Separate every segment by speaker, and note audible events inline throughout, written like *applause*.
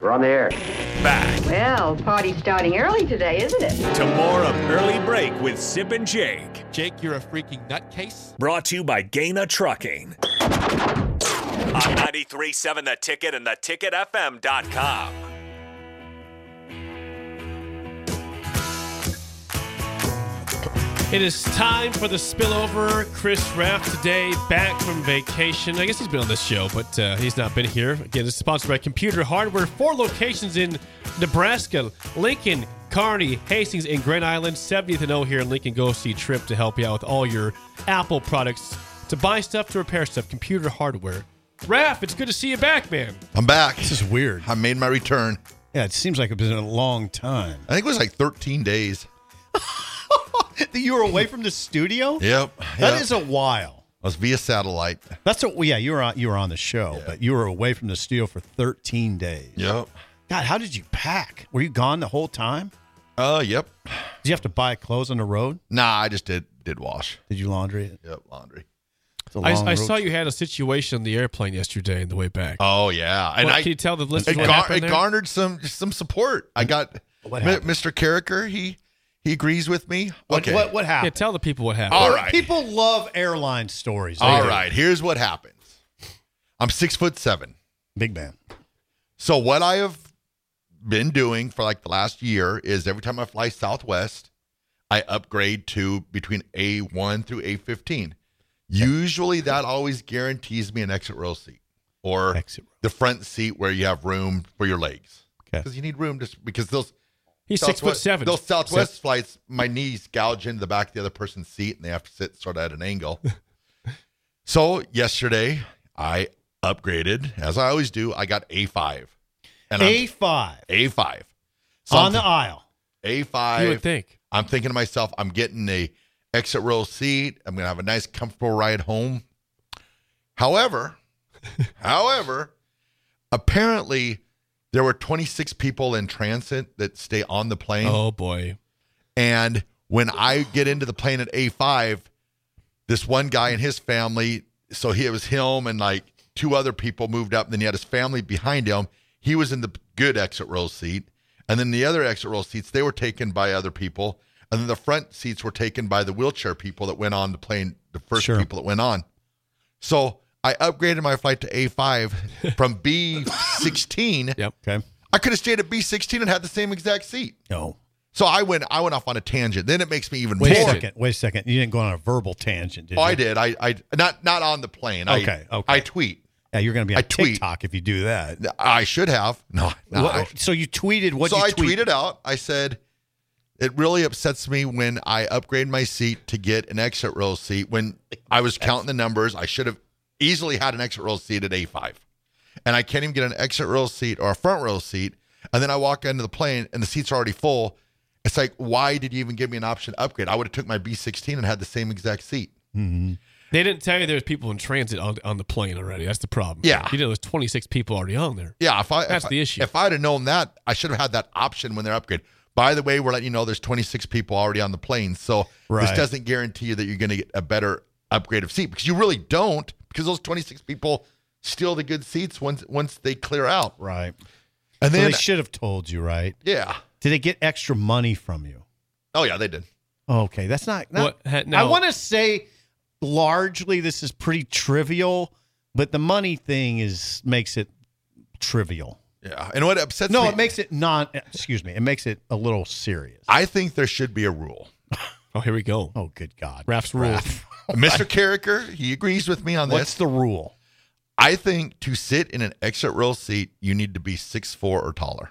Speaker 1: We're on the air.
Speaker 2: Back
Speaker 3: Well, party's starting early today, isn't it?
Speaker 2: to more of Early Break with Sip and Jake.
Speaker 4: Jake, you're a freaking nutcase.
Speaker 2: Brought to you by Gaina Trucking. On 93.7 The Ticket and theticketfm.com.
Speaker 5: It is time for the spillover. Chris Raff today, back from vacation. I guess he's been on this show, but uh, he's not been here. Again, it's sponsored by Computer Hardware. Four locations in Nebraska, Lincoln, Kearney, Hastings, and Grand Island. 70th and 0 here in Lincoln. Go see Trip to help you out with all your Apple products to buy stuff, to repair stuff, computer hardware. Raff, it's good to see you back, man.
Speaker 6: I'm back.
Speaker 7: This is weird.
Speaker 6: I made my return.
Speaker 7: Yeah, it seems like it's been a long time.
Speaker 6: I think it was like 13 days.
Speaker 7: you were
Speaker 6: *laughs*
Speaker 7: away from the studio.
Speaker 6: Yep.
Speaker 7: that
Speaker 6: yep.
Speaker 7: is a while.
Speaker 6: I was via satellite.
Speaker 7: That's a well, yeah. You were on, you were on the show, but you were away from the studio for 13 days.
Speaker 6: Yep.
Speaker 7: God, how did you pack? Were you gone the whole time?
Speaker 6: Uh, yep.
Speaker 7: Did you have to buy clothes on the road?
Speaker 6: Nah, I just did did wash.
Speaker 7: Did you laundry it?
Speaker 6: Yep, laundry.
Speaker 7: It's a
Speaker 5: I,
Speaker 7: long
Speaker 5: I
Speaker 7: road
Speaker 5: saw
Speaker 7: trip.
Speaker 5: you had a situation on the airplane yesterday on the way back.
Speaker 6: Oh yeah, and
Speaker 5: What-
Speaker 6: I
Speaker 5: can you tell the
Speaker 6: it,
Speaker 5: listeners what
Speaker 6: gar-
Speaker 5: happened
Speaker 6: it
Speaker 5: there?
Speaker 6: garnered some some support. I got
Speaker 7: What
Speaker 6: Mi-
Speaker 7: happened?
Speaker 6: Mr. Carricker. He he agrees with me.
Speaker 7: What,
Speaker 6: okay.
Speaker 7: what, what
Speaker 5: yeah,
Speaker 7: happened?
Speaker 5: tell the people what happened.
Speaker 6: All
Speaker 7: Well,
Speaker 6: right.
Speaker 7: People love airline stories. They
Speaker 6: All
Speaker 7: do.
Speaker 6: right. Here's what happens. I'm six foot seven.
Speaker 7: Big man.
Speaker 6: So what I have been doing for like the last year is every time I fly Southwest, I upgrade to between A1 through A15. Usually that always guarantees me an exit row seat or
Speaker 7: Exit row.
Speaker 6: the front seat where you have room for your legs.
Speaker 7: Okay.
Speaker 6: Because you need room just because those
Speaker 5: He's six foot
Speaker 6: Southwest-
Speaker 5: seven.
Speaker 6: Those Southwest flights, my knees gouge into the back of the other person's seat, and they have to sit sort of at an
Speaker 5: *laughs*
Speaker 6: angle. so yesterday, I upgraded as I always do. I got A five, and
Speaker 7: A five
Speaker 6: A five
Speaker 7: on the aisle.
Speaker 6: A
Speaker 5: You would
Speaker 6: five.
Speaker 5: think.
Speaker 6: I'm thinking to myself, I'm getting a exit row seat. I'm gonna have a nice, comfortable ride home.
Speaker 5: *laughs*
Speaker 6: However, however, apparently. There were 26 people in transit that stay on the plane.
Speaker 5: Oh boy.
Speaker 6: And when I get into the plane at A5, this one guy and his family, so he, it was him and like two other people moved up, and then he had his family behind him. He was in the good exit row seat. And then the other exit row seats, they were taken by other people. And then the front seats were taken by the wheelchair people that went on the plane, the first
Speaker 7: Sure.
Speaker 6: people that went on. So I upgraded my flight to A5 from B16.
Speaker 5: Yep.
Speaker 7: Okay.
Speaker 6: I could have stayed at B16 and had the same exact seat.
Speaker 7: No.
Speaker 6: So I went I went off on a tangent. Then it makes me even
Speaker 7: Wait a
Speaker 6: more.
Speaker 7: second. Wait a second. You didn't go on a verbal tangent, did
Speaker 6: Oh,
Speaker 7: you?
Speaker 6: I did. I I not not on the plane. I,
Speaker 7: Okay, okay.
Speaker 6: I tweet.
Speaker 7: Yeah, you're going to be on
Speaker 6: I tweet.
Speaker 7: TikTok if you do that.
Speaker 6: I should have. *laughs* No. no
Speaker 7: What-
Speaker 6: I-
Speaker 7: so you tweeted what
Speaker 6: so
Speaker 7: you
Speaker 6: I
Speaker 7: tweet-
Speaker 6: tweeted out. I said, "It really upsets me when I upgrade my seat to get an exit row seat. When I was counting the numbers, I should have easily had an exit row seat at A five, and I can't even get an exit row seat or a front row seat. And then I walk into the plane, and the seat's already full. It's like, why did you even give me an option to upgrade? I would have took my B sixteen and had the same exact seat.
Speaker 5: They didn't tell you there was people in transit on, on the plane already. That's the problem.
Speaker 6: Yeah.
Speaker 5: You know, there's 26 people already on there.
Speaker 6: Yeah, if I
Speaker 5: That's
Speaker 6: if I-
Speaker 5: the issue.
Speaker 6: If I'd have known that, I should have had that option when they're upgrade. By the way, we're letting you know there's 26 people already on the plane, so
Speaker 7: Right.
Speaker 6: this doesn't guarantee you that you're going to get a better upgrade of seat because you really don't because those 26 people steal the good seats once once they clear out.
Speaker 7: Right.
Speaker 6: And
Speaker 7: so
Speaker 6: then
Speaker 7: they should have told you, right?
Speaker 6: yeah,
Speaker 7: Did they get extra money from you?
Speaker 6: oh yeah, they did.
Speaker 7: Okay, that's not. not-
Speaker 5: What- ha- no.
Speaker 7: I want to say largely this is pretty trivial, but the money thing is makes it trivial.
Speaker 6: Yeah. And what upsets
Speaker 7: No,
Speaker 6: me,
Speaker 7: it makes it non. Excuse me. It makes it a little serious.
Speaker 6: I think there should be a
Speaker 7: *laughs*
Speaker 6: rule.
Speaker 5: Oh, here we go.
Speaker 7: Oh, good God.
Speaker 5: Raph's rule.
Speaker 6: Mr. Carricker, he agrees with me on this.
Speaker 7: What's the rule?
Speaker 6: I think to sit in an exit row seat, you need to be six four or taller.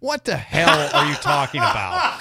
Speaker 7: What the hell are you
Speaker 6: *laughs*
Speaker 7: talking about?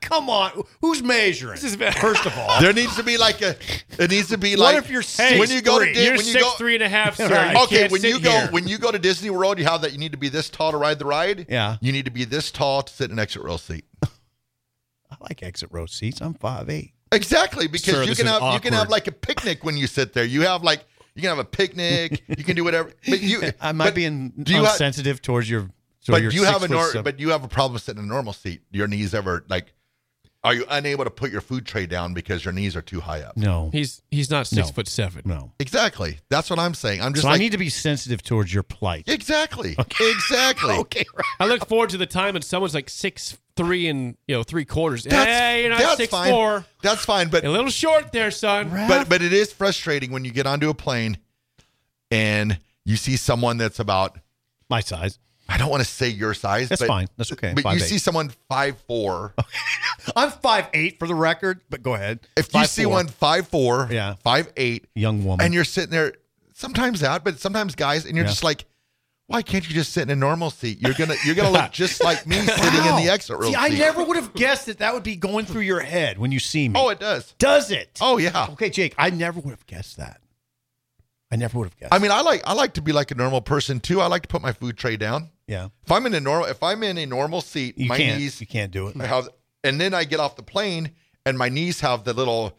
Speaker 7: *laughs* Come on. Who's measuring?
Speaker 5: This is bad.
Speaker 6: *laughs*
Speaker 7: First of all,
Speaker 6: There needs to be like a. It needs to be
Speaker 7: What
Speaker 6: like
Speaker 7: if you're
Speaker 5: Hey,
Speaker 6: when you go to
Speaker 5: three.
Speaker 6: Di-
Speaker 5: you're
Speaker 6: when you
Speaker 5: six
Speaker 6: go
Speaker 5: three and a half, sir.
Speaker 7: Right.
Speaker 5: You
Speaker 6: okay
Speaker 5: can't
Speaker 6: when
Speaker 5: sit
Speaker 6: you go
Speaker 5: here.
Speaker 6: when you go to Disney World, you have that you need to be this tall to ride the ride.
Speaker 7: Yeah.
Speaker 6: you need to be this tall to sit in an exit row seat.
Speaker 7: I like exit row seats. I'm five eight.
Speaker 6: Exactly because
Speaker 5: Sir,
Speaker 6: you
Speaker 5: this
Speaker 6: can
Speaker 5: is
Speaker 6: have you can have
Speaker 5: awkward.
Speaker 6: like a picnic when you sit there. You have like you can have a picnic. you can do whatever. But you
Speaker 7: I might
Speaker 6: but
Speaker 7: be in,
Speaker 6: do you have-
Speaker 7: sensitive towards your. So
Speaker 6: but
Speaker 7: your
Speaker 6: you have
Speaker 7: six
Speaker 6: a
Speaker 7: foot
Speaker 6: nor-
Speaker 7: seven-
Speaker 6: but you have a problem sitting in a normal seat. Your knees ever like are you unable to put your food tray down because your knees are too high up?
Speaker 7: no,
Speaker 5: he's he's not six
Speaker 7: No.
Speaker 5: foot seven.
Speaker 7: no.
Speaker 6: Exactly. That's what I'm saying. I'm just
Speaker 7: So
Speaker 6: like
Speaker 7: I need to be sensitive towards your plight.
Speaker 6: exactly.
Speaker 7: *laughs*
Speaker 6: Exactly. okay.
Speaker 5: I look forward to the time when someone's like six three and you know three quarters.
Speaker 6: That's,
Speaker 5: hey, you're not
Speaker 6: that's
Speaker 5: six
Speaker 6: fine.
Speaker 5: four.
Speaker 6: That's fine, but
Speaker 5: A little short there, son.
Speaker 6: but but it is frustrating when you get onto a plane and you see someone that's about
Speaker 7: My size.
Speaker 6: I don't want to say your size.
Speaker 7: That's
Speaker 6: but,
Speaker 7: fine. That's okay.
Speaker 6: But you
Speaker 7: 5'8".
Speaker 6: see someone five four.
Speaker 7: *laughs* I'm five eight for the record, but go ahead.
Speaker 6: If you see
Speaker 7: 5'4".
Speaker 6: one five four,
Speaker 7: Yeah.
Speaker 6: five eight,
Speaker 7: young woman,
Speaker 6: and you're sitting there sometimes that but sometimes guys and you're
Speaker 7: Yeah.
Speaker 6: just like why can't you just sit in a normal seat you're gonna you're gonna
Speaker 7: *laughs*
Speaker 6: look just like me sitting in the exit row
Speaker 7: See, I
Speaker 6: seat.
Speaker 7: never would have guessed that that would be going through your head when you see me.
Speaker 6: oh it does
Speaker 7: does it.
Speaker 6: oh yeah
Speaker 7: Okay, Jake, I never would have guessed that. I never would have guessed.
Speaker 6: i mean i like i like to be like a normal person too i like to put my food tray down
Speaker 7: yeah,
Speaker 6: if i'm in a normal if i'm in a normal seat
Speaker 7: you
Speaker 6: my
Speaker 7: can't.
Speaker 6: knees
Speaker 7: you
Speaker 6: *laughs*
Speaker 7: can't do it.
Speaker 6: I have and then i get off the plane and my knees have the little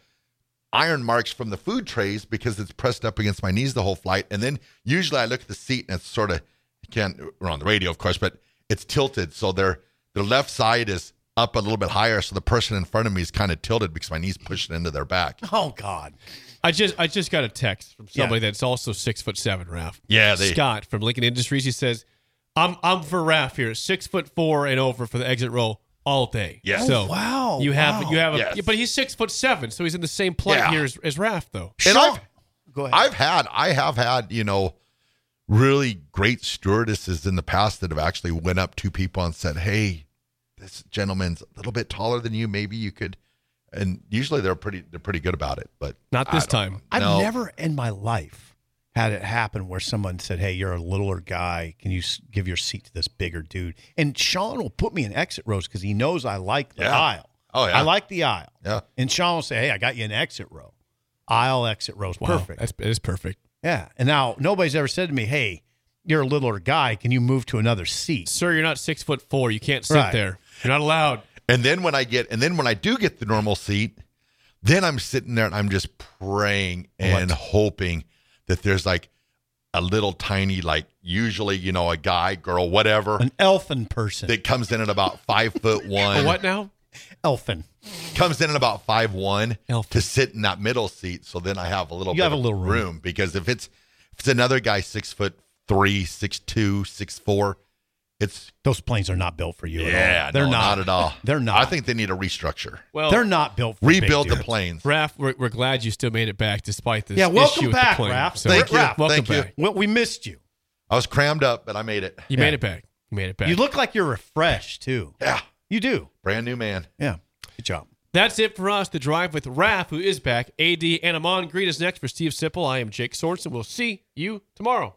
Speaker 6: iron marks from the food trays because it's pressed up against my knees the whole flight and then usually i look at the seat and it's sort of you can't we're on the radio of course but it's tilted so their their left side is up a little bit higher so the person in front of me is kind of tilted because my knees pushing into their back
Speaker 7: Oh God,
Speaker 5: I just I just got a text from somebody
Speaker 7: Yeah.
Speaker 5: that's also six foot seven, Ralph.
Speaker 6: Yeah, they-
Speaker 5: Scott from Lincoln Industries. He says, "I'm I'm for Ralph here, six foot four and over for the exit row all day."
Speaker 6: Yes. Oh,
Speaker 5: So
Speaker 7: wow,
Speaker 5: you have
Speaker 7: wow.
Speaker 5: you have a
Speaker 6: Yes.
Speaker 5: but he's six foot seven, so he's in the same plight
Speaker 6: Yeah.
Speaker 5: here as, as Ralph though.
Speaker 6: and
Speaker 7: Sean-
Speaker 6: I've,
Speaker 7: go ahead.
Speaker 6: I've had i have had you know really great stewardesses in the past that have actually went up to people and said hey this gentleman's a little bit taller than you maybe you could and usually they're pretty they're pretty good about it but
Speaker 5: Not
Speaker 6: I
Speaker 5: this
Speaker 6: don't
Speaker 5: time.
Speaker 6: know.
Speaker 7: I've
Speaker 6: No.
Speaker 7: never in my life had it happen where someone said, "Hey, you're a littler guy. Can you s- give your seat to this bigger dude?" And Sean will put me in exit rows because he knows I like the
Speaker 6: Yeah.
Speaker 7: aisle.
Speaker 6: Oh, yeah.
Speaker 7: I like the aisle.
Speaker 6: Yeah.
Speaker 7: And Sean will say, "Hey, I got you an exit row. Aisle exit rows,
Speaker 5: Wow,
Speaker 7: perfect."
Speaker 5: That's that is perfect.
Speaker 7: yeah. And now nobody's ever said to me, "Hey, you're a littler guy. Can you move to another seat?"
Speaker 5: Sir, you're not six foot four. You can't sit
Speaker 7: Right.
Speaker 5: there. You're not
Speaker 6: *clears throat*
Speaker 5: allowed.
Speaker 6: and then when i get and then when i do get the normal seat then i'm sitting there and i'm just praying and hoping that there's like a little tiny like usually you know a guy girl whatever
Speaker 7: An elfin person.
Speaker 6: that comes in at about five
Speaker 5: *laughs*
Speaker 6: foot one
Speaker 5: But what now?
Speaker 7: elfin.
Speaker 6: comes in at about five one
Speaker 5: Elf.
Speaker 6: to sit in that middle seat. So then I have a little
Speaker 7: You
Speaker 6: bit
Speaker 7: have a
Speaker 6: of
Speaker 7: little room.
Speaker 6: because if it's if it's another guy six foot three, six two, six four, it's
Speaker 7: Those planes are not built for you. at
Speaker 6: yeah,
Speaker 7: all. they're
Speaker 6: no,
Speaker 7: not.
Speaker 6: at all.
Speaker 7: They're not.
Speaker 6: I think they need a restructure,
Speaker 5: Well,
Speaker 7: they're not built. For big
Speaker 6: rebuild the
Speaker 7: dudes.
Speaker 6: planes.
Speaker 5: Raf, we're, we're glad you still made it back despite this.
Speaker 7: Yeah, welcome
Speaker 5: issue
Speaker 7: back,
Speaker 5: with the plane.
Speaker 7: Raf.
Speaker 5: So,
Speaker 6: Thank you.
Speaker 5: Raf, welcome
Speaker 6: Thank you.
Speaker 5: back.
Speaker 7: Well, we missed you.
Speaker 6: I was crammed up, but I made it.
Speaker 5: You
Speaker 7: Yeah.
Speaker 5: made it back. You made it back.
Speaker 7: You look like you're refreshed too.
Speaker 6: Yeah,
Speaker 7: You do.
Speaker 6: brand new man.
Speaker 7: Yeah. Good job.
Speaker 5: That's it for us. The drive with Raph, who is back. AD and Amon greet us next for Steve Sipple. I am Jake Sorensen. We'll see you tomorrow.